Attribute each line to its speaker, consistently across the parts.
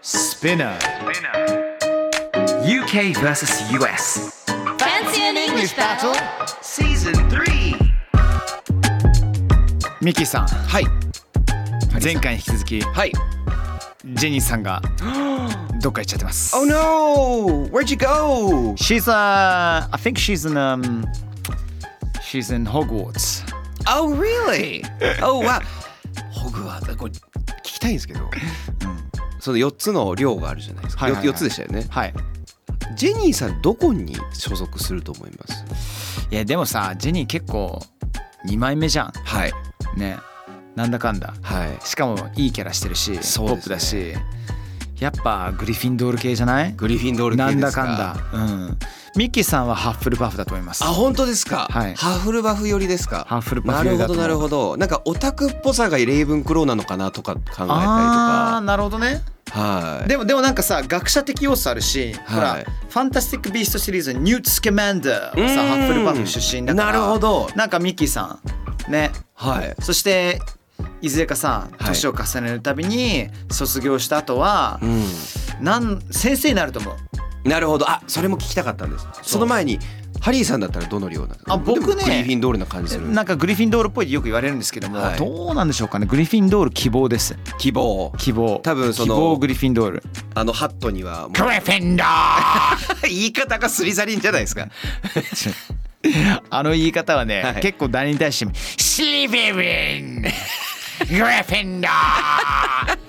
Speaker 1: Spinner.
Speaker 2: UK versus US.
Speaker 3: Fancy an English battle
Speaker 2: Season 3.
Speaker 1: ミキさん、
Speaker 4: はい
Speaker 1: 前回に引き続き、
Speaker 4: はい
Speaker 1: ジェニーさんが どっか行っちゃってます。
Speaker 4: Oh no! Where'd you go?
Speaker 1: She's uh, I think she's in um, she's in Hogwarts.
Speaker 4: Oh really? Oh wow! ホグワーツこれ聞きたいんですけど、その4つの寮があるじゃないですか、
Speaker 1: はいはいはい
Speaker 4: よ4つでしたよね
Speaker 1: はい。
Speaker 4: ジェニーさんどこに所属すると思います
Speaker 1: いやでもさ、ジェニー結構二枚目じゃ
Speaker 4: はい
Speaker 1: ん。ね。なんだかんだ。
Speaker 4: はい
Speaker 1: しかもいいキャラしてるし、
Speaker 4: そう
Speaker 1: ポ
Speaker 4: で
Speaker 1: ップ
Speaker 4: すね
Speaker 1: だし。やっぱグリフィンドール系じゃない？
Speaker 4: グリフィンドール系ですか
Speaker 1: なんだかんだ。うん。ミッキーさんはハッフルパフだと思います。
Speaker 4: あ本当ですか、
Speaker 1: はい
Speaker 4: ハーフルバフ寄りですか
Speaker 1: ハーフルパフ寄りだと思う
Speaker 4: なるほどなるほどなんかオタクっぽさがレイブンクローなのかなとか考えたりと
Speaker 1: あー
Speaker 4: か
Speaker 1: なるほどね。
Speaker 4: はい
Speaker 5: でもでもなんかさ学者的要素あるし、ほ
Speaker 4: は
Speaker 5: ら
Speaker 4: い
Speaker 5: ファンタスティック・ビーストシリーズのニューツ・スケマンダーは
Speaker 4: う
Speaker 5: さ
Speaker 4: ん
Speaker 5: ハッフルパフ出身だから
Speaker 4: なるほど
Speaker 5: なんかミッキーさんね
Speaker 4: はい
Speaker 5: そしていずれかさ
Speaker 4: はい
Speaker 5: 年を重ねるたびに卒業した後は、
Speaker 4: うん
Speaker 5: なん先生になると思う
Speaker 4: なるほどあそれも聞きたかったんですその前にハリーさんだったらどの量なんですか
Speaker 5: あ僕ね
Speaker 4: でもグリフィンドールな感じする
Speaker 5: なんかグリフィンドールっぽいってよく言われるんですけども、
Speaker 4: はい
Speaker 1: どうなんでしょうかね。グリフィンドール希望です。
Speaker 4: 希望
Speaker 1: 希望。
Speaker 4: 多分その
Speaker 1: 希望グリフィンドール。
Speaker 4: あのハットにはも
Speaker 1: グ
Speaker 4: う
Speaker 1: リフィンドー
Speaker 4: 言い方がスリザリンじゃないですか
Speaker 1: ル あの言い方はね、
Speaker 4: はい
Speaker 1: 結構誰に対しても「シリビビン! 」「グリフィンドール! 」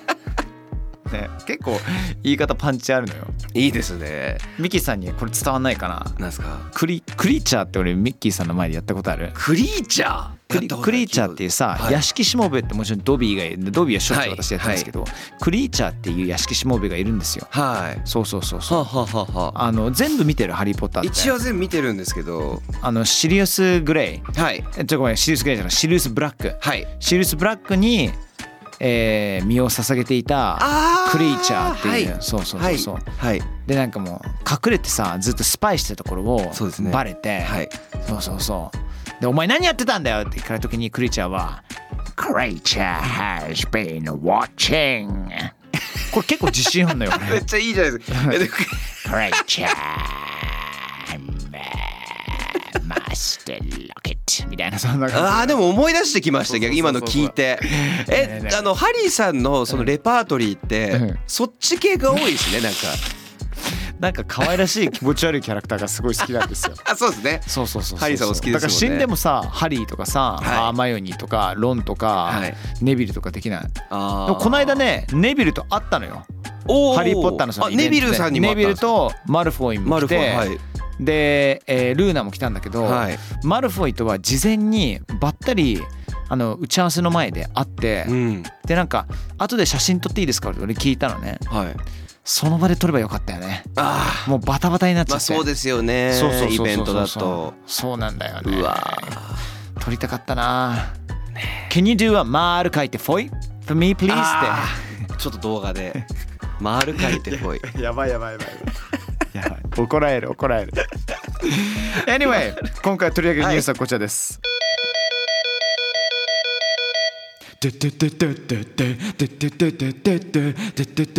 Speaker 1: ね、結構言い方パンチあるのよ。
Speaker 4: いいですね
Speaker 1: ミッキーさんにこれ伝わんないかな
Speaker 4: なんですか
Speaker 1: クリクリーチャーって俺ミッキーさんの前でやったことある
Speaker 4: クリーチャー
Speaker 1: クリクリーチャーっていうさ、
Speaker 4: はい
Speaker 1: 屋敷しもべってもちろんドビーがいるドビーはしょっちゅう私やってるんですけど、クリーチャーっていう屋敷しもべがいるんですよ。
Speaker 4: はい
Speaker 1: そうそうそうそう。
Speaker 4: はあはあはあはあ
Speaker 1: あの全部見てる「ハリー・ポッター」って
Speaker 4: 一応全部見てるんですけど
Speaker 1: あのシリウス・グレイ
Speaker 4: はい
Speaker 1: えちょごめんシリウス・グレイじゃないシリウス・ブラック
Speaker 4: はい
Speaker 1: シリウス・ブラックに、えー身を捧げていた
Speaker 4: あ
Speaker 1: クリーチャーっていう、
Speaker 4: はい
Speaker 1: そうそうそうそう、
Speaker 4: はい
Speaker 1: でなんかもう隠れてさずっとスパイしてたところを
Speaker 4: そうですね
Speaker 1: バレて、
Speaker 4: はい
Speaker 1: そうそうそうで「お前何やってたんだよ」って聞かれた時にクリーチャーは「クリーチャー has been watching」これ結構自信あんの よ
Speaker 4: め
Speaker 1: 俺
Speaker 4: っちゃいいじゃないですかえでも
Speaker 1: クリーチャーマステロケットみたいなそんな感じ
Speaker 4: あーでも思い出してきました逆に今の聞いて
Speaker 1: ね
Speaker 4: え
Speaker 1: え
Speaker 4: あのハリーさんのそのレパートリーっ
Speaker 1: うん
Speaker 4: てそっち系が多いですねなんか
Speaker 1: なんか可愛らしい気持ち悪いキャラクターがすごい好きなんですよ。
Speaker 4: あそうですね
Speaker 1: そうそうそうそう
Speaker 4: ハリーさんお好きですもん
Speaker 1: だ
Speaker 4: ね
Speaker 1: から死んでもさハリーとかさ、
Speaker 4: い
Speaker 1: ハーマヨニーとかロンとか、
Speaker 4: はい
Speaker 1: ネビルとかできないで
Speaker 4: あ
Speaker 1: もこの間ねネビルと会ったのよ「ハ
Speaker 4: ハ
Speaker 1: リー・ポッターの」そのイベント
Speaker 4: ネ
Speaker 1: で
Speaker 4: ビルさんにも
Speaker 1: ネ
Speaker 4: あったん
Speaker 1: ビ
Speaker 4: で
Speaker 1: ル
Speaker 4: すか
Speaker 1: とマルフォイも
Speaker 4: マル
Speaker 1: 来
Speaker 4: フ
Speaker 1: て
Speaker 4: ォンはい
Speaker 1: で、えールーナも来たんだけど、
Speaker 4: はい
Speaker 1: マルフォイとは事前にばったりあの打ち合わせの前で会って、
Speaker 4: うん
Speaker 1: でなんか後で写真撮っていいですかって俺聞いたのね
Speaker 4: はい
Speaker 1: その場で撮ればよかったよね
Speaker 4: あ
Speaker 1: もうバタバタになっ
Speaker 4: ー
Speaker 1: ちゃ
Speaker 4: ま
Speaker 1: って
Speaker 4: あそうですよね
Speaker 1: そうそうそう
Speaker 4: イ
Speaker 1: そう
Speaker 4: ベントだと
Speaker 1: そうなんだよね
Speaker 4: うわ
Speaker 1: 撮りたかったな Can you do a 丸書いて for, y- for me please
Speaker 4: あ
Speaker 1: っ
Speaker 4: ーちょっと動 画で丸書いてこい
Speaker 1: てやばいやばいやばい やばい怒られる怒られる Anyway 今回取り上げるニュースはこちらです、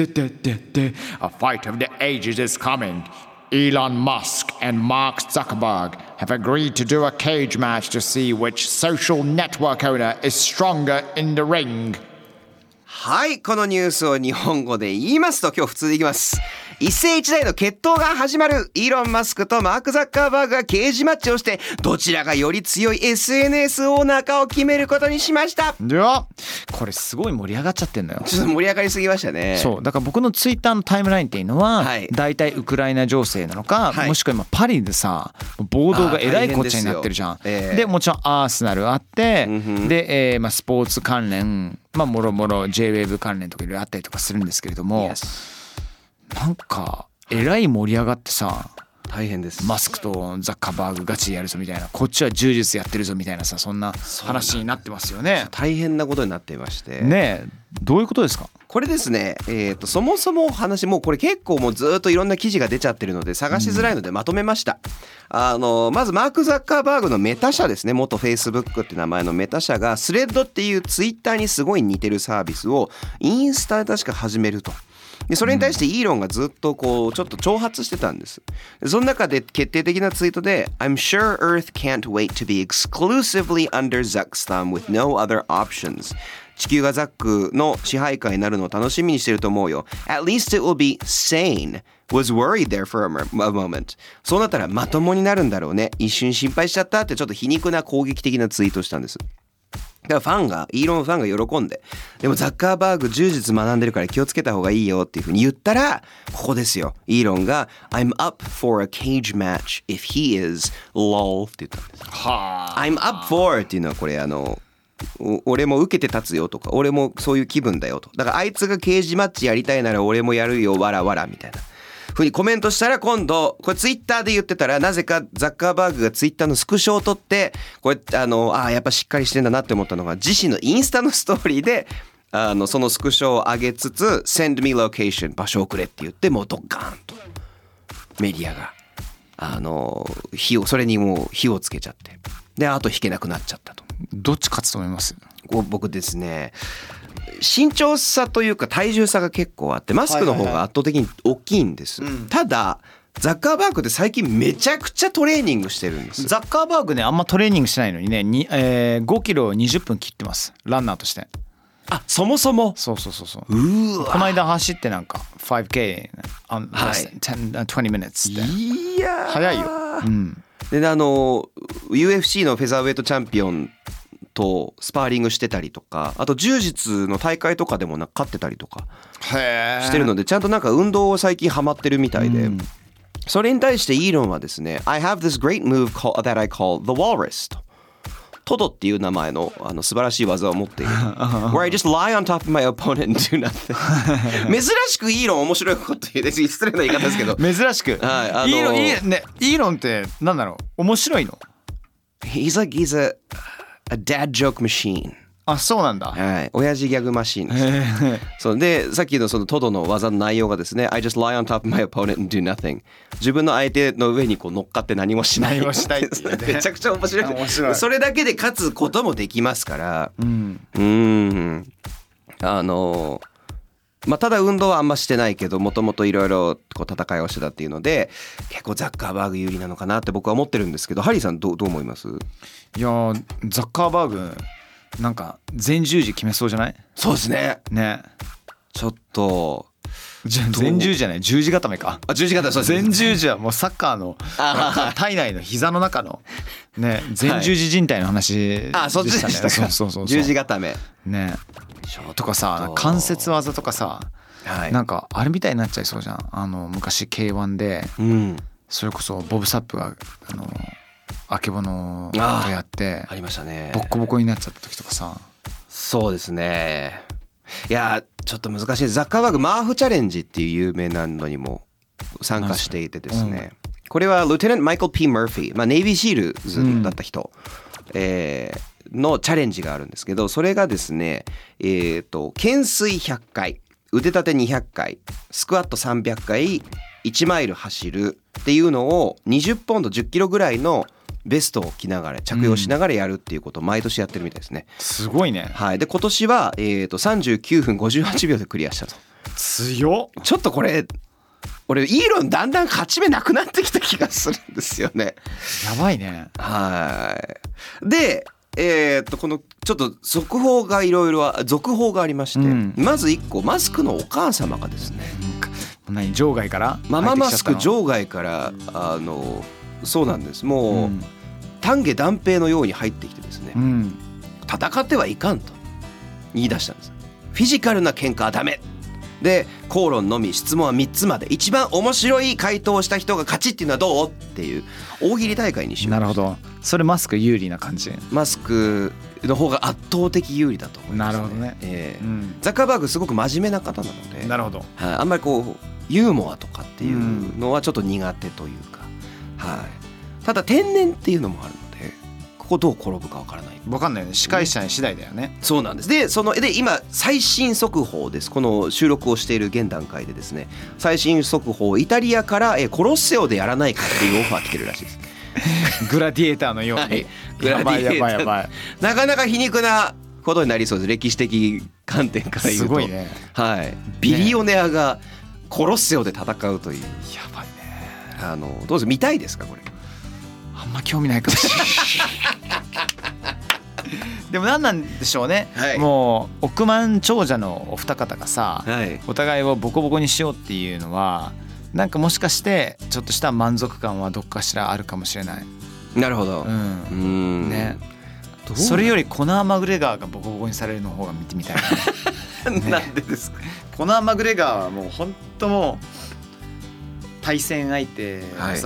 Speaker 1: A fight of the ages is coming. Elon Musk and Mark Zuckerberg have agreed to do a cage match to see which social network owner is stronger in the ring.
Speaker 4: はいこのニュースを日本語で言いますと今日普通でいきます一世一代の決闘が始まるイーロン・マスクとマーク・ザッカーバーグが刑事マッチをしてどちらがより強い SNS オーナーかを決めることにしました
Speaker 1: いやこれすごい盛り上がっちゃってんのよ。
Speaker 4: ちょっと盛り上がりすぎましたね
Speaker 1: そうだから僕のツイッターのタイムラインっていうのは、
Speaker 4: はい
Speaker 1: 大体ウクライナ情勢なのか、
Speaker 4: はい
Speaker 1: もしくは今パリでさ暴動がえらいこっちゃになってるじゃ
Speaker 4: あ
Speaker 1: ん
Speaker 4: ー。大変ですよえ
Speaker 1: で
Speaker 4: え
Speaker 1: もちろんアーセナルあって、
Speaker 4: うんふん
Speaker 1: で、えーまあ、スポーツ関連まあもろもろ JWAVE 関連とかいろいろあったりとかするんですけれども、なんかえらい盛り上がってさ
Speaker 4: 大変です。
Speaker 1: マスクとザッカーバーグガチでやるぞみたいなこっちは柔術やってるぞみたいなさそんな話になってますよね。
Speaker 4: 大変なことになっていまして。
Speaker 1: ねえどういうことですか
Speaker 4: これですね、えー、とそもそもお話もうこれ結構もうずーっといろんな記事が出ちゃってるので探しづらいのでまとめました、あのまずマーク・ザッカーバーグのメタ社ですね元フェイスブックって名前のメタ社がスレッドっていうツイッターにすごい似てるサービスをインスタで確か始めると。でそれに対してイーロンがずっとこうちょっと挑発してたんです。でその中で決定的なツイートで I'm sure Earth can't wait to be exclusively under Zuck's thumb with no other options 地球がザックの支配下になるのを楽しみにしてると思うよ。At least it will be sane was worried there for a mo- a moment そうなったらまともになるんだろうね。一瞬心配しちゃったってちょっと皮肉な攻撃的なツイートしたんです。だからファンがイーロンファンが喜んででもザッカーバーグ柔術学んでるから気をつけた方がいいよっていうふうに言ったらここですよイーロンが「I'm up for a cage match if he is lol」って言ったんです「
Speaker 1: はあ
Speaker 4: I'm up for」っていうのはこれあのお俺も受けて立つよとか俺もそういう気分だよとだからあいつがケージマッチやりたいなら俺もやるよわらわらみたいなふうにコメントしたら今度これツイッターで言ってたらなぜかザッカーバーグがツイッターのスクショを撮ってこれあのあーやっぱしっかりしてんだなって思ったのが自身のインスタのストーリーであのそのスクショを上げつつ「Send me location 場所をくれ」って言ってもうドッカーンとメディアがあの火をそれにもう火をつけちゃってであと引けなくなっちゃったと。
Speaker 1: どっち勝つと思います
Speaker 4: こう僕ですね身長差というか体重差が結構あってマスクの方が圧倒的に大きいんです、
Speaker 6: うん
Speaker 4: ただザッカーバーグって最近めちゃくちゃトレーニングしてるんです
Speaker 1: ザッカーバーグねあんまトレーニングしないのにねに、えー5キロを20分切ってますランナーとして
Speaker 4: あそもそも
Speaker 1: そうそうそうそう
Speaker 4: うーわ
Speaker 1: この間走ってなんか 5K、um,
Speaker 4: はい
Speaker 1: less than 10 20 minutes って
Speaker 4: いやー
Speaker 1: 早いよ、うん、
Speaker 4: であの UFC のフェザーウェイトチャンピオンとスパーリングしてたりとかあと柔術の大会とかでもなんか勝ってたりとかしてるのでちゃんとなんか運動を最近ハマってるみたいで、それに対してイーロンはですね I have this great move call, that I call the walrus とトドっていう名前のあの素晴らしい技を持っている where I just lie on top of my opponent and do nothing 珍しくイーロン面白いこと言うです失礼な言い方ですけど
Speaker 1: 珍しく、
Speaker 4: はいあのー
Speaker 1: イーロンイーねイーロンってなんだろう面白いの
Speaker 4: He's like he's a, a dad joke machine
Speaker 1: あそうなんだ
Speaker 4: はい、親父ギャグマシーンです。そうでさっきのそのトドの技の内容がですね、I just lie on top of my opponent and do nothing。自分の相手の上にこう乗っかって何もしない。
Speaker 1: 何もしないっていうね
Speaker 4: めちゃくちゃ面白い。
Speaker 1: 面白い
Speaker 4: それだけで勝つこともできますから。
Speaker 1: うん
Speaker 4: うーん。あのまあ、ただ運動はあんましてないけどもともといろいろ戦いをしてたっていうので結構ザッカーバーグ有利なのかなって僕は思ってるんですけどハリーさんどうどう思います
Speaker 1: いやーザッカーバーグなんか全十字決めそうじゃない
Speaker 4: そうですね
Speaker 1: ね
Speaker 4: ちょっと
Speaker 1: じゃ
Speaker 4: どう
Speaker 1: 全十字じゃない十字固めか
Speaker 4: あ十字架そうですね
Speaker 1: 全十字はもうサッカーの
Speaker 4: あ
Speaker 1: 体内の膝の中のね全十字靭帯の話でしたね、
Speaker 4: あ、そっちでしたか。
Speaker 1: そうそうそうそう
Speaker 4: 十字固め。
Speaker 1: ねとかさ
Speaker 4: と
Speaker 1: 関節技とかさ、
Speaker 4: はい
Speaker 1: なんかあれみたいになっちゃいそうじゃんあの昔 k 1で
Speaker 4: うん。
Speaker 1: それこそボブ・サップがあのあけぼのと
Speaker 4: あー
Speaker 1: やって
Speaker 4: ありましたね
Speaker 1: ボ。ッコボコになっちゃった時とかさ
Speaker 4: そうですね。いや、ちょっと難しい。ザッカーバーグマーフチャレンジっていう有名なのにも参加していてです
Speaker 1: 何そ
Speaker 4: ね。これはルテナント・マイケル・ P ・マーフィー、まあ、ネイビーシールズだった人、えーのチャレンジがあるんですけど、それがですね、えっ、と、懸垂100回、腕立て200回、スクワット300回、1マイル走るっていうのを20ポンド10キロぐらいのベストを着ながら着用しながらやるっていうことを毎年やってるみたいですね。
Speaker 1: すごいね
Speaker 4: はい、で今年は、えー、と39分58秒でクリアしたと
Speaker 1: 強っ
Speaker 4: ちょっとこれ俺イーロンだんだん勝ち目なくなってきた気がするんですよね
Speaker 1: やばいね
Speaker 4: はいでえー、とこのちょっと速報がいろいろ続報がありまして、
Speaker 1: うん
Speaker 4: まず1個マスクのお母様がですね
Speaker 1: 何場外から
Speaker 4: マママスク
Speaker 1: 外
Speaker 4: 場外からあのそうなんですもう、
Speaker 1: うん
Speaker 4: 丹下断平のように入ってきてですね、
Speaker 1: うん
Speaker 4: 戦ってはいかんと言い出したんですフィジカルな喧嘩はダメで口論のみ質問は3つまで一番面白い回答をした人が勝ちっていうのはどうっていう大喜利大会にしよう
Speaker 1: なるほどそれマスク有利な感じ
Speaker 4: マスクの方が圧倒的有利だと思います、
Speaker 1: なるほどね
Speaker 4: ええ
Speaker 1: うん
Speaker 4: ザッカーバーグすごく真面目な方なので
Speaker 1: なるほど
Speaker 4: はいあんまりこうユーモアとかっていうのはちょっと苦手というか、はい、ただ天然っていうのもあるのでここどう転ぶかわからない
Speaker 1: わかんないよね司会者次第だよ ね
Speaker 4: そうなんですでそので今最新速報ですこの収録をしている現段階でですね最新速報イタリアからえーコロッセオでやらないかっていうオファー来てるらしいです
Speaker 1: グラディエーターのように、
Speaker 4: はいグラ
Speaker 7: や
Speaker 4: ディ
Speaker 7: ばい
Speaker 4: エーター
Speaker 7: やばいやばい。
Speaker 4: なかなか皮肉なことになりそうです歴史的観点から言うと
Speaker 7: すごいね。
Speaker 4: はい、ビリオネアがコロッセオで戦うという、
Speaker 7: やばいね。
Speaker 4: あのどうぞ見たいですかこれ
Speaker 7: あんま興味ないかもしれない。
Speaker 1: でも何なんでしょうね、
Speaker 4: はい
Speaker 1: もう億万長者のお二方がさ、
Speaker 4: はい
Speaker 1: お互いをボコボコにしようっていうのはなんかもしかしてちょっとした満足感はどっかしらあるかもしれない、
Speaker 4: なるほど
Speaker 1: う、ん
Speaker 4: うーん
Speaker 1: ね
Speaker 4: どう
Speaker 1: それよりコナー・マグレガーがボコボコにされるの方が見てみたい な
Speaker 4: なんでですか、
Speaker 1: コナー・マグレガーはもう本当もう対戦相手のさ、
Speaker 4: はい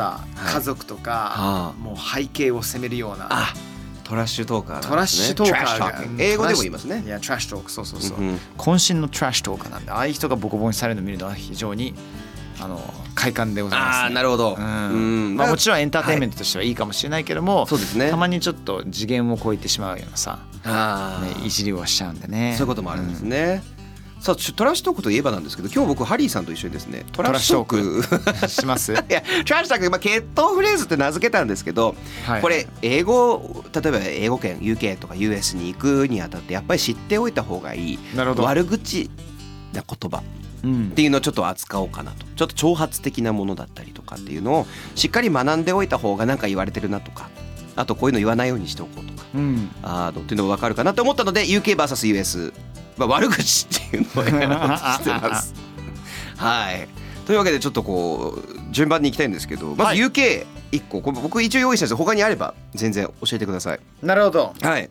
Speaker 4: はい
Speaker 1: 家族とか、
Speaker 4: ああ
Speaker 1: もう背景を責めるような
Speaker 4: あトラッシュトーカーなんですね
Speaker 1: トラッシュトーカー
Speaker 4: Trash
Speaker 1: が
Speaker 4: talking 英語でも言いますね
Speaker 1: いやトラッシュトークそうそうそう、
Speaker 4: うんうん
Speaker 1: 渾身のトラッシュトーカーなんでああいう人がボコボコにされるのを見るのは非常にあの快感でございます、ね、
Speaker 4: ああなるほど、
Speaker 1: うん
Speaker 4: うん
Speaker 1: まあ、
Speaker 4: まあ
Speaker 1: もちろんエンターテインメントとしてはいいかもしれないけども、
Speaker 4: そうですね
Speaker 1: たまにちょっと次元を超えてしまうようなさ、
Speaker 4: あー
Speaker 1: ね、いじりをしちゃうんでね
Speaker 4: そういうこともあるんですね、さあちょトラッシュトークといえばなんですけど今日僕ハリーさんと一緒にですねトラッシュトーク
Speaker 1: うんします
Speaker 4: いやトラッシュトーク、まあ、血統フレーズって名付けたんですけど、
Speaker 1: はい
Speaker 4: これ英語例えば英語圏 UK とか US に行くにあたってやっぱり知っておいた方がいい
Speaker 1: なるほど
Speaker 4: 悪口な言葉
Speaker 1: うん
Speaker 4: っていうのをちょっと扱おうかなとちょっと挑発的なものだったりとかっていうのをしっかり学んでおいた方が何か言われてるなとかあとこういうの言わないようにしておこうとか
Speaker 1: うん
Speaker 4: あーっていうのが分かるかなと思ったので UKVSUS、まあ、悪口っていうのをやろうとしてます。はいというわけでちょっとこう順番にいきたいんですけどまず UK1 個これ僕一応用意したんです他にあれば全然教えてください。
Speaker 1: なるほど
Speaker 4: はい、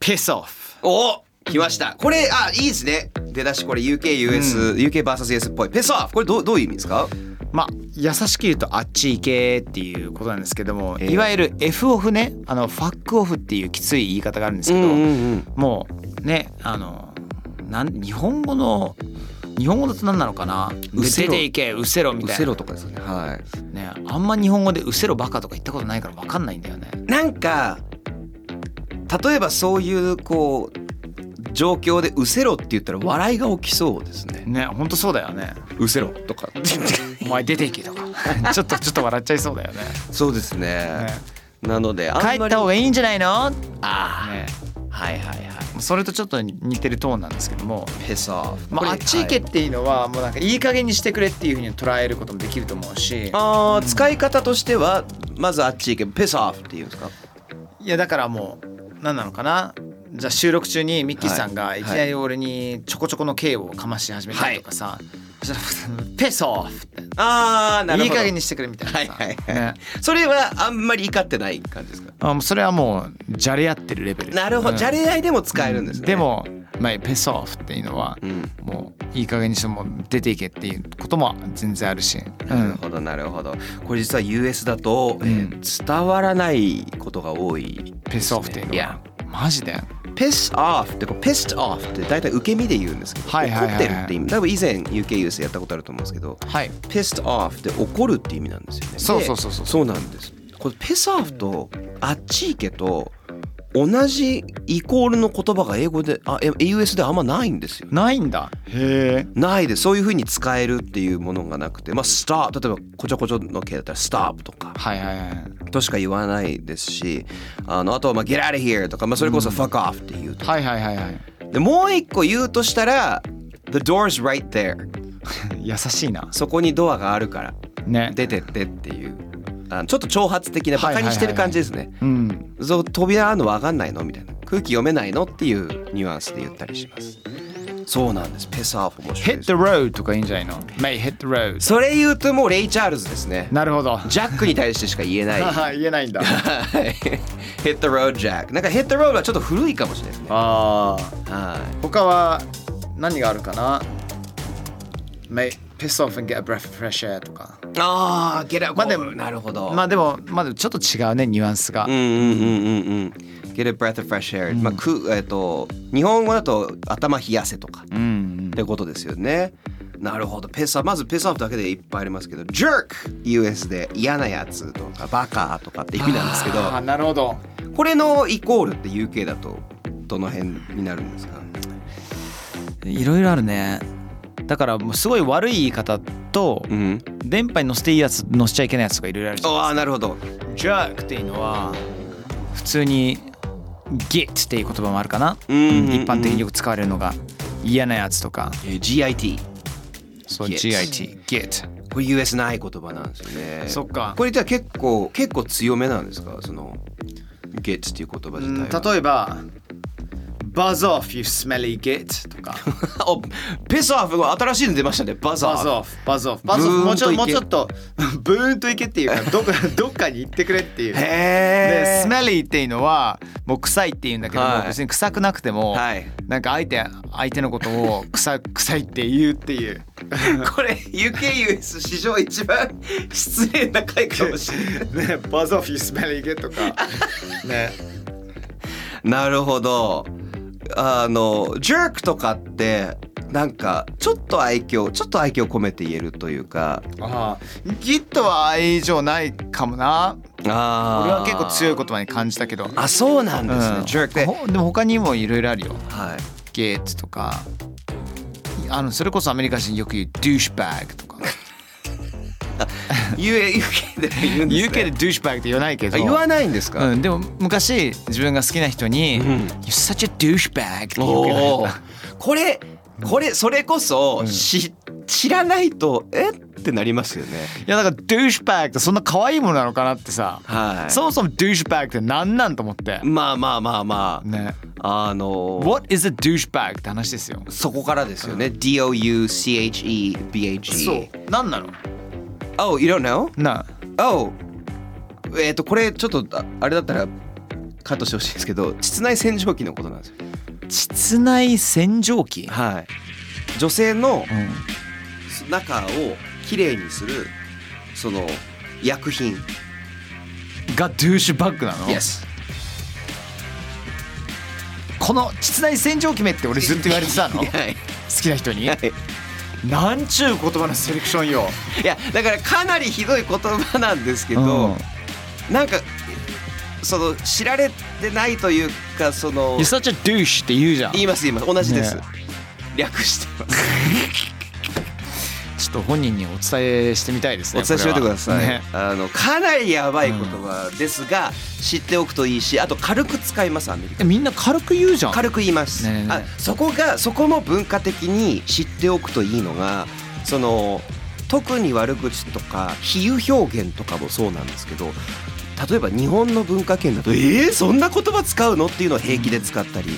Speaker 1: ピースオフ
Speaker 4: お来ましたこれあいいですね出だしこれ UKUS、UKVS っぽいペソオフこれどうどういう意味ですか
Speaker 1: まあ優しく言うとあっち行けっていうことなんですけども、
Speaker 4: ええ
Speaker 1: いわゆる F オフねあのファックオフっていうきつい言い方があるんですけど、
Speaker 4: ん
Speaker 1: もうねあのなん日本語の日本語だと何なのかな
Speaker 4: う
Speaker 1: 出
Speaker 4: せろ
Speaker 1: ていけうせろみたいな
Speaker 4: とかですねはい
Speaker 1: ねあんま日本語で「うせろバカ」とか言ったことないから分かんないんだよ ね。
Speaker 4: なんか例えばそういうこう状況で「うせろ」って言ったら笑いが起きそうですね。
Speaker 1: ねほんとそうだよね。
Speaker 4: うせろとか
Speaker 1: お前出ていけとか ちょっとちょっと笑っちゃいそうだよね。
Speaker 4: そうですね。
Speaker 1: ね
Speaker 4: なのであんまり
Speaker 1: 帰った方がいいんじゃないのね
Speaker 4: ああはいはいはい。
Speaker 1: それとちょっと似てるトーンなんですけども。
Speaker 4: ペソー。
Speaker 1: まあ、あっち行け
Speaker 4: はい
Speaker 1: っていうのはもうなんかいい加減にしてくれっていうふうに捉えることもできると思うし
Speaker 4: あー使い方としてはまずあっち行けペソーっていうんですか。
Speaker 1: いやだからもう何なのかなじゃあ収録中にミッキーさんが
Speaker 4: はい
Speaker 1: いきなり俺にちょこちょこの刑をかまし始めたりとかさ「そしたら ペソー!」って
Speaker 4: ああなる
Speaker 1: いい
Speaker 4: ほど。
Speaker 1: 加減にしてくれみたいな
Speaker 4: はい
Speaker 1: さ
Speaker 4: はいはい。
Speaker 1: ね
Speaker 4: それはあんまり怒ってない感じですか。
Speaker 1: あもうそれはもうじゃれ合ってるレベル
Speaker 4: なるほど、
Speaker 1: うん
Speaker 4: じゃれ合いでも使えるんですね。
Speaker 1: で、も、まあ、ペソーフっていうのは、
Speaker 4: うん、
Speaker 1: もういい加減にしてもう出ていけっていうことも全然あるし、う
Speaker 4: なる
Speaker 1: ん、
Speaker 4: ほどなるほど。これ実は US だと、え
Speaker 1: ん
Speaker 4: ー伝わらないことが多い。
Speaker 1: ペソーフっていうの
Speaker 4: い
Speaker 1: は
Speaker 4: や
Speaker 1: マジで
Speaker 4: ピスオフってこうピスオフって大体受け身で言うんですけど、
Speaker 1: はいはいはいはい
Speaker 4: 怒ってるって意味。多分以前 UKUS やったことあると思うんですけど、
Speaker 1: はい
Speaker 4: ピスオフって怒るって意味なんですよね。
Speaker 1: そう
Speaker 4: で
Speaker 1: そうそうそう
Speaker 4: そうなんです。これピスオフとあっち行けと同じイコールの言葉が英語であえ US であんまないんですよ。
Speaker 1: ないんだへえ
Speaker 4: ないでそういうふうに使えるっていうものがなくてまあスター例えばこちょこちょの系だったらスタープとか
Speaker 1: はいはいはい
Speaker 4: としか言わないですしあのあとはまあ「get out of here」とか、まあ、それこそ「fuck off」っていうと、
Speaker 1: はいはいはいはい
Speaker 4: でもう一個言うとしたら「the door's right there
Speaker 1: 優しいな」
Speaker 4: そこにドアがあるから
Speaker 1: ね
Speaker 4: 出てってっていうあのちょっと挑発的なバカにしてる感じですね、
Speaker 1: うん
Speaker 4: そう扉あるの分かんないのみたいな空気読めないのっていうニュアンスで言ったりしますそうなんですペサーフ面白
Speaker 1: Hit
Speaker 4: いです
Speaker 1: the road とかいいんじゃないの May hit the road
Speaker 4: それ言うともうレイ・チャールズですね
Speaker 1: なるほど
Speaker 4: ジャックに対してしか言えない。 はい
Speaker 1: 言えないん だ
Speaker 4: Hit the road, Jack。なんか Hit the road はちょっと古いかもしれないですね。
Speaker 1: ああ
Speaker 4: はい。
Speaker 1: 他は何があるかな May piss off and get a breath of fresh air とか
Speaker 4: ああ、get a
Speaker 1: まあでも
Speaker 4: なるほど。
Speaker 1: まあでもまだちょっと違うねニュアンスが、
Speaker 4: うんうんうんうんうん。Get a breath of fresh air、まあくえっと日本語だと頭冷やせとか
Speaker 1: うん
Speaker 4: ってことですよね。なるほどペスアまずペスアフだけでいっぱいありますけど Jerk US で嫌なやつとかバカとかって意味なんですけ
Speaker 1: あ
Speaker 4: ど
Speaker 1: なるほど
Speaker 4: これのイコールって UK だとどの辺になるんですか
Speaker 1: いろいろあるねだからもうすごい悪い言い方と
Speaker 4: うん
Speaker 1: 電波に乗せていいやつ乗せちゃいけないやつとかいろいろあるじゃん
Speaker 4: ああなるほど
Speaker 1: ジャークっていうのは普通にゲッっていう言葉もあるかな、
Speaker 4: うんうんうん
Speaker 1: 一般的によく使われるのが嫌なやつとか
Speaker 4: えー GIT
Speaker 1: そう
Speaker 4: Git
Speaker 1: GIT ゲッ
Speaker 4: これ US ない言葉なんですよね
Speaker 1: そっか
Speaker 4: これじゃあ結構結構強めなんですかその Get っていう言葉自体は
Speaker 1: 例えば Buzz off you smelly git と か
Speaker 4: おペスアフが新しいの出ましたねバザー
Speaker 8: Buzz off, buzz off,
Speaker 4: ブ
Speaker 8: buzz
Speaker 4: ー
Speaker 8: off
Speaker 4: ン
Speaker 8: もうちょ
Speaker 4: と
Speaker 8: っとも
Speaker 4: いけ
Speaker 8: うちょっとブーンといけっていうかどっかどっかに行ってくれっていう。
Speaker 4: へ
Speaker 1: で
Speaker 4: ー
Speaker 1: smelly っていうのはもう臭いっていうんだけども、
Speaker 4: はい
Speaker 1: 別に臭くなくても、
Speaker 4: はい
Speaker 1: なんか相手相手のことを臭臭いって言うっていう
Speaker 4: これ UKUS 史上一番失礼な回かもしれ
Speaker 8: ね、
Speaker 4: ない
Speaker 8: buzz off you smelly git と か。ね。
Speaker 4: なるほどあのジェークとかってなんかちょっと愛嬌ちょっと愛嬌込めて言えるというか
Speaker 1: ああギットは愛情ないかもな
Speaker 4: あ
Speaker 1: 俺は結構強い言葉に感じたけど
Speaker 4: あそうなんですね、
Speaker 1: うん
Speaker 4: ジェークで
Speaker 1: ほでも他にもいろいろあるよ
Speaker 4: はい
Speaker 1: ゲーツとかあのそれこそアメリカ人よく言う「ドゥーシュバーグ」と か
Speaker 4: UK で言うんです、
Speaker 1: UK
Speaker 4: ね、
Speaker 1: で「ドゥーシュバーグ」って言わないけ
Speaker 4: あ
Speaker 1: ど
Speaker 4: 言わないんですか、
Speaker 1: うん、でも昔自分が好きな人に「You're such a douchebag」って言うけ
Speaker 4: お
Speaker 1: ど
Speaker 4: おこれこれそれこそし、知らないとえってなりますよね
Speaker 1: いやだから「douchebag」ってそんな可愛いものなのかなってさ、
Speaker 4: はい
Speaker 1: そもそも「douchebag」って何なんと思って、
Speaker 4: まあまあまあまあ、
Speaker 1: ね
Speaker 4: あのー
Speaker 1: What is a douchebag って話ですよ
Speaker 4: そこからですよね DOUCHEBAG
Speaker 1: う何なの
Speaker 4: Oh you don't know?
Speaker 1: な
Speaker 4: Oh えっ、とこれちょっとああれだったらカットしてほしいんですけど膣内洗浄機のことなんですよ
Speaker 1: 膣内洗浄機
Speaker 4: はい女性の
Speaker 1: うん
Speaker 4: 中をきれいにするその薬品
Speaker 1: がドゥーシュバッグなの
Speaker 4: Yes
Speaker 1: この膣内洗浄機めって俺ずっと言われてたの好
Speaker 4: はい
Speaker 1: きな人になんちゅう言葉のセレクションよ
Speaker 4: いやだからかなりひどい言葉なんですけど、
Speaker 1: うん
Speaker 4: なんかその知られてないというかその
Speaker 1: You're such a douche って言うじゃん
Speaker 4: 言います言います同じです、
Speaker 1: ね
Speaker 4: 略してます
Speaker 1: ちょっと本人にお伝えしてみたいです
Speaker 4: お
Speaker 1: ね
Speaker 4: 伝えしておいてください、
Speaker 1: これはね
Speaker 4: あのかなりやばい言葉ですが、知っておくといいしあと軽く使いますアメリカ
Speaker 1: えみんな軽く言うじゃん
Speaker 4: 軽く言います、
Speaker 1: ねえねえ
Speaker 4: あそこがそこも文化的に知っておくといいのがその特に悪口とか比喩表現とかもそうなんですけど例えば日本の文化圏だと「えー、そんな言葉使うの?」っていうのを平気で使ったり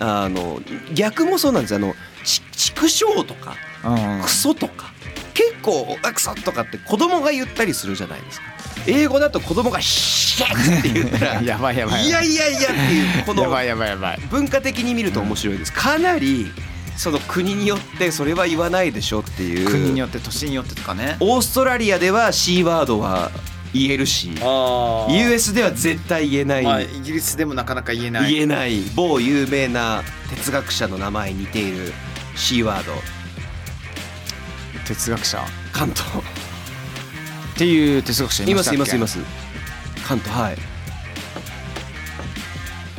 Speaker 4: あの逆もそうなんですよあのち畜生とか
Speaker 1: うん
Speaker 4: クソとか結構あクソとかって子供が言ったりするじゃないですか英語だと子供が「シェッ!」って言った ら
Speaker 1: やばいやばい
Speaker 4: いやいやいやっていうこの
Speaker 1: やばいやばいやばい
Speaker 4: 文化的に見ると面白いですかなりその国によってそれは言わないでしょっていう
Speaker 1: 国によって都市によってとかね
Speaker 4: オーストラリアでは C ワードは言えるし
Speaker 8: ああ。
Speaker 4: US では絶対言えない、
Speaker 8: まあイギリスでもなかなか言えない。
Speaker 4: 言えない某有名な哲学者の名前に似ている C ワード
Speaker 1: 哲学者っ
Speaker 4: 関東
Speaker 1: ていう哲学者い
Speaker 4: い
Speaker 1: ま
Speaker 4: ま
Speaker 1: したっ
Speaker 4: す
Speaker 1: け
Speaker 4: いますいます関東はい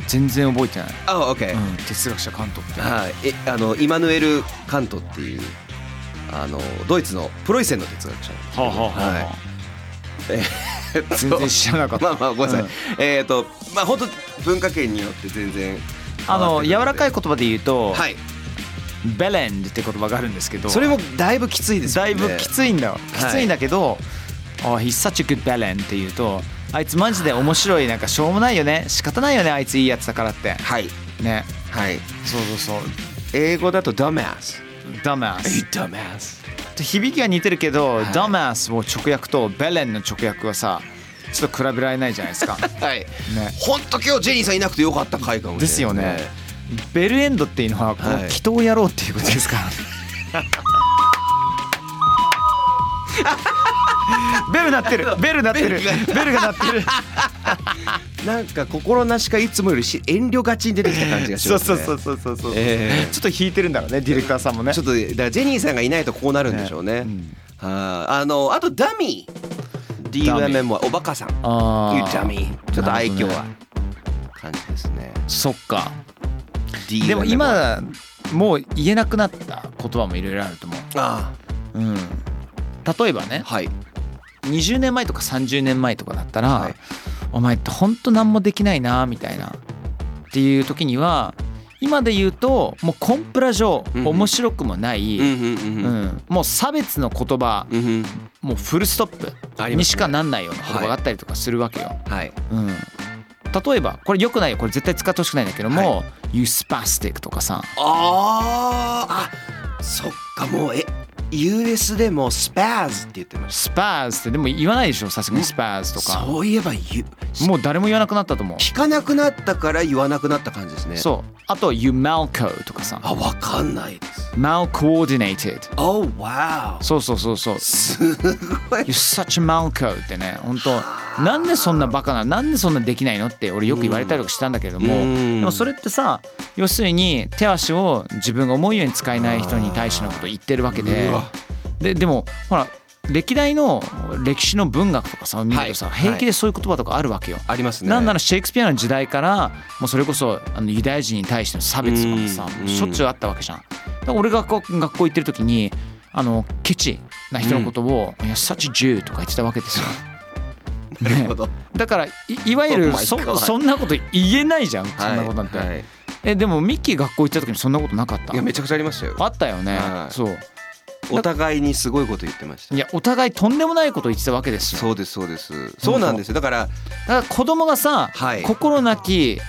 Speaker 1: 全然覚えてない、
Speaker 4: あ OK、
Speaker 1: うん、哲学者関東 って
Speaker 4: はいえあのイマヌエル・カントっていうあのドイツのプロイセンの哲学者
Speaker 1: はあはあはあはあ
Speaker 4: は
Speaker 1: 全然知らなかった
Speaker 4: まあまあごめんなさい、えっ、とまあ本当文化圏によって全然
Speaker 1: あの柔らかい
Speaker 4: こ
Speaker 1: 言葉で言うと、
Speaker 4: はい
Speaker 1: ベレンって言葉があるんですけど
Speaker 4: それもだいぶきついですよ
Speaker 1: だ
Speaker 4: ね
Speaker 1: いぶきついんだよ、きついんだけど「あ he's such a good balance」って言うとあいつマジで面白いなんかしょうもないよね仕方ないよねあいついいやつだからって
Speaker 4: はい
Speaker 1: ね
Speaker 4: はい
Speaker 1: そうそうそう
Speaker 4: 英語だとダメアス
Speaker 1: ダメアス
Speaker 4: ダメアス
Speaker 1: 響きは似てるけど、ダメアスを直訳とベレンの直訳はさちょっと比べられないじゃないです か
Speaker 4: はい、ね
Speaker 1: ね、
Speaker 4: 本当今日ジェニーさんいなくてよかった回かもしれない
Speaker 1: ですよねベルエンドっていうのはこの
Speaker 4: はい
Speaker 1: 祈祷をやろうっていうことですから、 ベル鳴ってるベル鳴ってるベルが鳴ってる
Speaker 4: なんか心なしかいつもよりし遠慮がちに出てきた感じがし
Speaker 1: そ
Speaker 4: ま
Speaker 1: う
Speaker 4: すね
Speaker 1: そうそうそうそうそう、
Speaker 4: え
Speaker 1: ちょっと引いてるんだろうねディレクターさんもね
Speaker 4: ちょっとだからジェニーさんがいないとこうなるんでしょうね
Speaker 1: うん
Speaker 4: あーあのあとダミー DUMM はおバカさんってい
Speaker 1: あ
Speaker 4: う
Speaker 1: ー
Speaker 4: ダミーちょっと愛嬌は
Speaker 1: なるほどね
Speaker 4: 感じですね
Speaker 1: そっか
Speaker 4: DUMM
Speaker 1: でも
Speaker 4: あ
Speaker 1: 今もう言えなくなった言葉もいろいろあると思
Speaker 4: あ
Speaker 1: う、うん、例えばね
Speaker 4: はい
Speaker 1: 20年前とか30年前とかだったら、
Speaker 4: はい
Speaker 1: お前ってほんと何もできないなみたいなっていう時には今で言うともうコンプラ上
Speaker 4: うんうん
Speaker 1: 面白くもない、
Speaker 4: うんうんうん
Speaker 1: う
Speaker 4: うん
Speaker 1: ん、もう差別の言葉
Speaker 4: うんうん
Speaker 1: もうフルストッ
Speaker 4: あ
Speaker 1: プ
Speaker 4: りますね
Speaker 1: にしかなんないような言葉があったりとかするわけよ。
Speaker 4: はい
Speaker 1: うん、例えばこれ良くないよこれ絶対使ってほしくないんだけども「You spastic」とかさ
Speaker 4: あああそっかもうえ US でもスパーズって言ってま
Speaker 1: 「
Speaker 4: し
Speaker 1: スパーズ」ってでも言わないでしょさすがに「スパーズ」
Speaker 4: た
Speaker 1: とか
Speaker 4: そういえばゆ
Speaker 1: もう誰も言わなくなったと思う。
Speaker 4: 聞かなくなったから言わなくなった感じですねう
Speaker 1: そうあと「You malco」とかさ
Speaker 4: あわかんないです
Speaker 1: 「malcoordinated」
Speaker 4: Oh wow
Speaker 1: そうそうそうそう
Speaker 4: すごい
Speaker 1: You're such a malco ってね本当なんでそんなバカななんでそんなできないのって俺よく言われたりとかしたんだけども、
Speaker 4: うん
Speaker 1: でもそれってさ要するに手足を自分が思うように使えない人に対してのことを言ってるわけで
Speaker 4: うわ
Speaker 1: ででもほら歴代の歴史の文学とかさ見るとさ、
Speaker 4: はい
Speaker 1: 平気でそういう言葉とかあるわけよ。
Speaker 4: ありますね
Speaker 1: なんならシェイクスピアの時代からもうそれこそあのユダヤ人に対しての差別とかさ
Speaker 4: うん
Speaker 1: しょっちゅうあったわけじゃん。だから俺がこう学校行ってる時にあのケチな人のことを「いや such a Jew」とか言ってたわけですよ。
Speaker 4: なる ほど、
Speaker 1: だからいいわゆ
Speaker 4: Oh
Speaker 1: る
Speaker 4: my
Speaker 1: そ
Speaker 4: God
Speaker 1: そんなこと言えないじゃんそん
Speaker 4: はい
Speaker 1: なことなんて。
Speaker 4: はいい
Speaker 1: えでもミッキー学校行った時にそんなことなかった
Speaker 4: やめちゃくちゃありましたよ
Speaker 1: あったよね、
Speaker 4: はい
Speaker 1: そう
Speaker 4: お互いにすごいこと言ってました
Speaker 1: いやお互いとんでもないこと言ってたわけですよ
Speaker 4: そうですそうですそうなんですよだから
Speaker 1: だから子供がさ、
Speaker 4: はい
Speaker 1: 心なき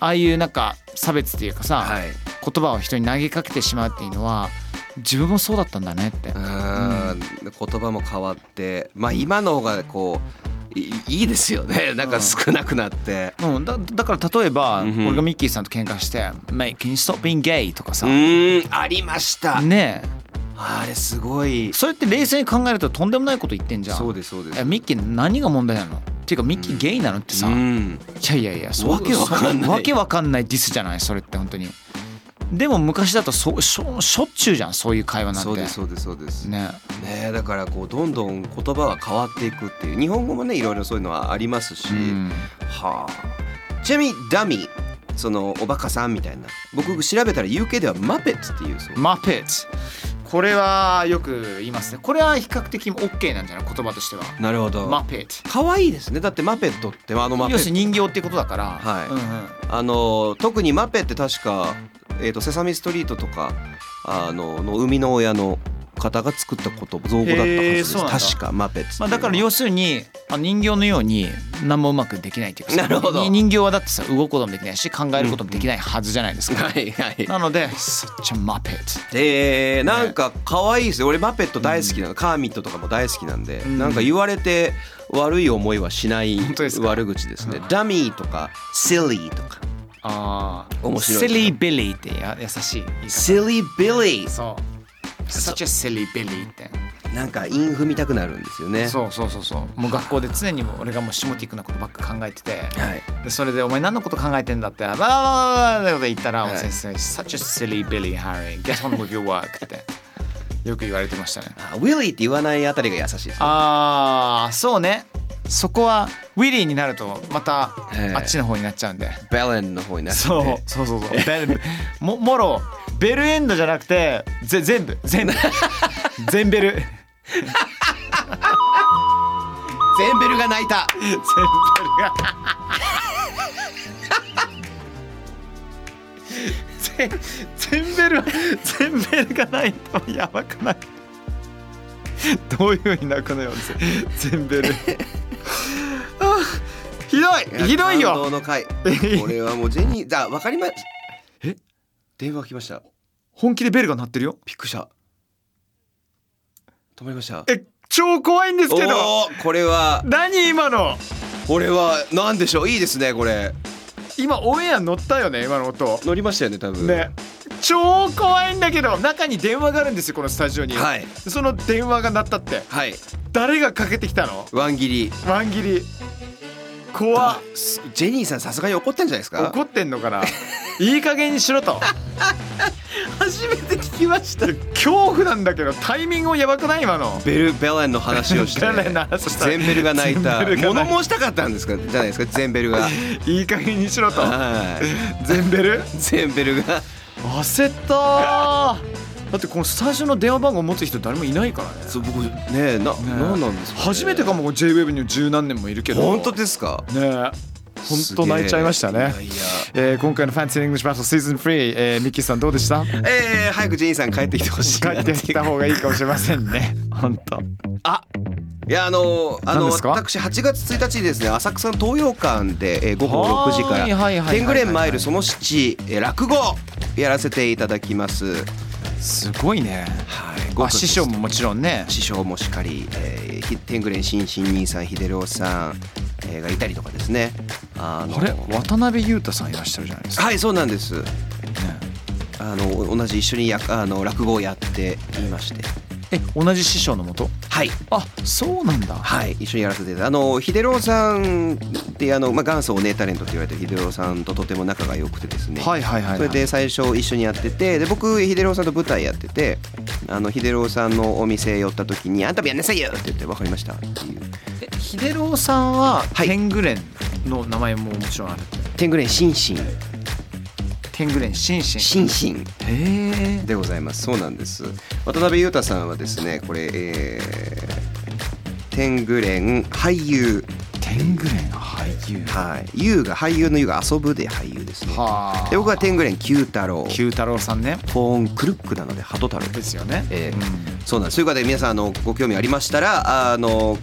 Speaker 1: ああいうなんか差別っていうかさ、
Speaker 4: はい
Speaker 1: 言葉を人に投げかけてしまうっていうのは自分もそうだったんだねって、
Speaker 4: うん言葉も変わってまあ今の方がこういいいですよねなんか少なくなって
Speaker 1: うん、だだから例えば、
Speaker 4: うんうん
Speaker 1: 俺がミッキーさんと喧嘩して「Mate can you stop being gay」とか
Speaker 4: う
Speaker 1: さ、
Speaker 4: ーんありました
Speaker 1: ね
Speaker 4: あれすごい
Speaker 1: えそれって冷静に考えるととんでもないこと言ってんじゃん
Speaker 4: そうですそうです
Speaker 1: えミッキー何が問題なのっていうかミッキーゲイなのってさ、
Speaker 4: うん
Speaker 1: いやいやいや、そう
Speaker 4: わけわかんない
Speaker 1: そうわけわかんないディスじゃない、それって本当に。でも昔だとそうしょしょっちゅうじゃん、そういう会話なんて。
Speaker 4: そうですそうですそうですね
Speaker 1: ね。
Speaker 4: だからこうどんどん言葉が変わっていくっていう日本語もねいろいろそういうのはありますし、
Speaker 1: うん
Speaker 4: はあちなみにダミーそのおバカさんみたいな僕調べたら UK ではマペッツっていうそう
Speaker 1: マペッツ。これはよく言いますね。これは比較的 OK なんじゃない言葉としては。
Speaker 4: なるほど
Speaker 1: マペッツ。
Speaker 4: 可愛いですねだってマペットってあのマペ
Speaker 1: 要する
Speaker 4: ット
Speaker 1: に人形ってことだから、
Speaker 4: はい
Speaker 1: うんうん
Speaker 4: あの特にマペって確か、えー、とセサミストリートとかあのの生みの親の方が作ったこと造語だったはず
Speaker 1: へ
Speaker 4: で
Speaker 1: ー
Speaker 4: す
Speaker 1: そうなんだ
Speaker 4: 確かマペッツ
Speaker 1: まあ、だから要するにあ人形のように何もうまくできないっていうかさ
Speaker 4: なるほど
Speaker 1: に人形はだってさ動くこともできないし考えることもできないはずじゃないですか。
Speaker 4: はいはい
Speaker 1: なので、すっちゃマペッツ。
Speaker 4: えー、なんか可愛いですよ俺マペット大好きなの、カーミットとかも大好きなんで、なんか言われて悪い思いはしない
Speaker 1: 当ですか
Speaker 4: 悪口ですねダミーとかシリーとか
Speaker 1: ああ
Speaker 4: 面白い
Speaker 1: シリービリーってや優しい言い方
Speaker 4: シリービリー
Speaker 1: そう such a silly Billy って
Speaker 4: なんか韻踏みたくなるんですよね
Speaker 1: そうそうそうそうもう学校で常にもう俺がもう下ティックなことばっか考えてて
Speaker 4: はい
Speaker 1: でそれで「お前何のこと考えてんだ?」って「わーわーわーわーってこと言ったら、
Speaker 4: はい
Speaker 1: 先生「such a silly Billy Harry get on with your work」ってよく言われてましたね
Speaker 4: あウィリーって言わないあたりが優しいですね
Speaker 1: あーそうねそこはウィリーになるとまた
Speaker 4: ええ
Speaker 1: あっちの方になっちゃうんで、
Speaker 4: ベレンの方になるんで
Speaker 1: そうそうそうそうベルももろベルエンドじゃなくてぜ全部全部全ベル
Speaker 4: 全ベルが泣いた
Speaker 1: 全ベルがぜ全ベル全ベルがないとやばくないどういうふうに泣くのよぜ全ベルあひどいひどい
Speaker 4: 感動
Speaker 1: よ
Speaker 4: の回これはもうジェニーだわかりまえ電話来ました
Speaker 1: 本気でベルが鳴ってるよ
Speaker 4: びっくりした止まりました
Speaker 1: え超怖いんですけど
Speaker 4: おーこれは
Speaker 1: 何今の
Speaker 4: これは何でしょういいですねこれ
Speaker 1: 今オンエア乗ったよね今の音
Speaker 4: 乗りましたよね多分
Speaker 1: ね超怖いんだけど中に電話があるんですよこのスタジオに、
Speaker 4: はい
Speaker 1: その電話が鳴ったって
Speaker 4: はい
Speaker 1: 誰がかけてきたの
Speaker 4: ワン切り
Speaker 1: ワン切り怖っ
Speaker 4: ジェニーさんさすがに怒ってんじゃないですか
Speaker 1: 怒ってんのかないい加減にしろ と
Speaker 8: 初めて聞きました
Speaker 1: 恐怖なんだけどタイミングもやばくない今の
Speaker 4: ベル・ベレンの話をして
Speaker 1: ベレンの話をした
Speaker 4: ゼンベルが泣いた
Speaker 1: ゼンベルが泣い
Speaker 4: 物
Speaker 1: た
Speaker 4: 申したかったんですかじゃないですかゼンベルが
Speaker 1: いい加減にしろと
Speaker 4: はい
Speaker 1: ゼンベル
Speaker 4: ゼンベルが
Speaker 1: 焦ったーだってこの最初の電話番号持つ人誰もいないからね
Speaker 4: そう僕ねえななんなんですかね
Speaker 1: 初めてかも JWEB にも十何年もいるけど
Speaker 4: 本当ですか
Speaker 1: ねえ本当泣いちゃいましたね
Speaker 4: すげえいやいや
Speaker 1: えー今回の「ファンシー・イングリッシュ・バトル」シーズン3、えー、ミッキーさんどうで した
Speaker 4: えー、早くジェニーさん帰ってきてほしい
Speaker 1: 帰
Speaker 4: な
Speaker 1: ってきた方がいいかもしれませんね 本当
Speaker 4: いやあのあ
Speaker 1: 何
Speaker 4: の
Speaker 1: ですか
Speaker 4: 私8月1日にですね浅草の東洋館で、えー、午後6時か
Speaker 1: はいはいはい
Speaker 4: ら
Speaker 1: はい
Speaker 4: 天狗連マイルその7、えー、落語やらせていただきます。
Speaker 1: すごいね
Speaker 4: はい、
Speaker 1: まあ師匠ももちろんね
Speaker 4: 師匠もしっかり、えー、ひ天狗連新新兄さん秀郎さん、えー、がいたりとかですね。あの
Speaker 1: あれ渡辺裕太さんいらっしゃるじゃないですか、
Speaker 4: はいそうなんです。
Speaker 1: ね
Speaker 4: あの同じ一緒にやあの落語をやっていまして、
Speaker 1: え同じ師匠のもと
Speaker 4: はい
Speaker 1: あそうなんだ
Speaker 4: はい、一緒にやらせていただいてあの秀郎さんってあの、まあ、元祖お姉タレントって言われてる秀郎さんととても仲が良くてですね、
Speaker 1: はいはいはいはい
Speaker 4: それで最初一緒にやっててで僕秀郎さんと舞台やっててあの秀郎さんのお店寄った時に「あんたもやんなさいよ!」って言って「分かりました」っていう
Speaker 1: え秀郎さんは
Speaker 4: はい
Speaker 1: 天狗連の名前ももちろんある
Speaker 4: 天狗連シンシン
Speaker 1: 天狗連シンシン
Speaker 4: シンシン
Speaker 1: へえ
Speaker 4: でございますそうなんです渡辺裕太さんはですねこれ、えー、天狗連俳優
Speaker 1: 天狗連俳優
Speaker 4: はい優が俳優の優が遊ぶで俳優ですね
Speaker 1: はあ
Speaker 4: で僕は天狗連九太郎
Speaker 1: 九太郎さんね
Speaker 4: フォーンクルックなので鳩太郎で。
Speaker 1: ですすよね
Speaker 4: えー
Speaker 1: うん
Speaker 4: そうなんです。ということで皆さんあのご興味ありましたらああの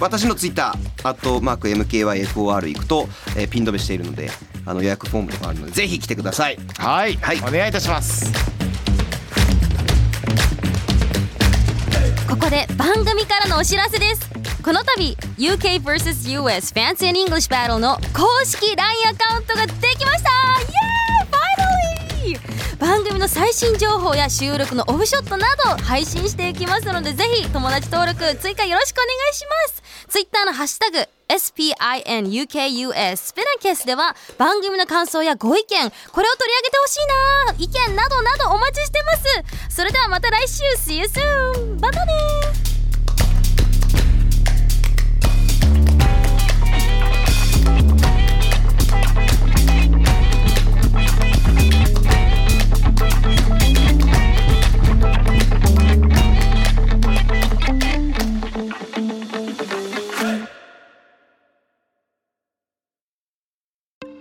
Speaker 4: 私のツイッターあとマーク MKYFOR 行くと、えーピン止めしているのであの予約フォームとかあるのでぜひ来てください。
Speaker 1: はい、
Speaker 4: はい
Speaker 1: お願いいたします
Speaker 9: ここで番組からのお知らせですこの度 UKVSUS Fancy and English Battle の公式 LINE アカウントができましたイエーイ Finally! 番組の最新情報や収録のオフショットなど配信していきますのでぜひ友達登録追加よろしくお願いします Twitter のハッシュタグ SPINUKUS スペラケスでは番組の感想やご意見これを取り上げてほしいな意見などなどお待ちしてますそれではまた来週 See you soon! またね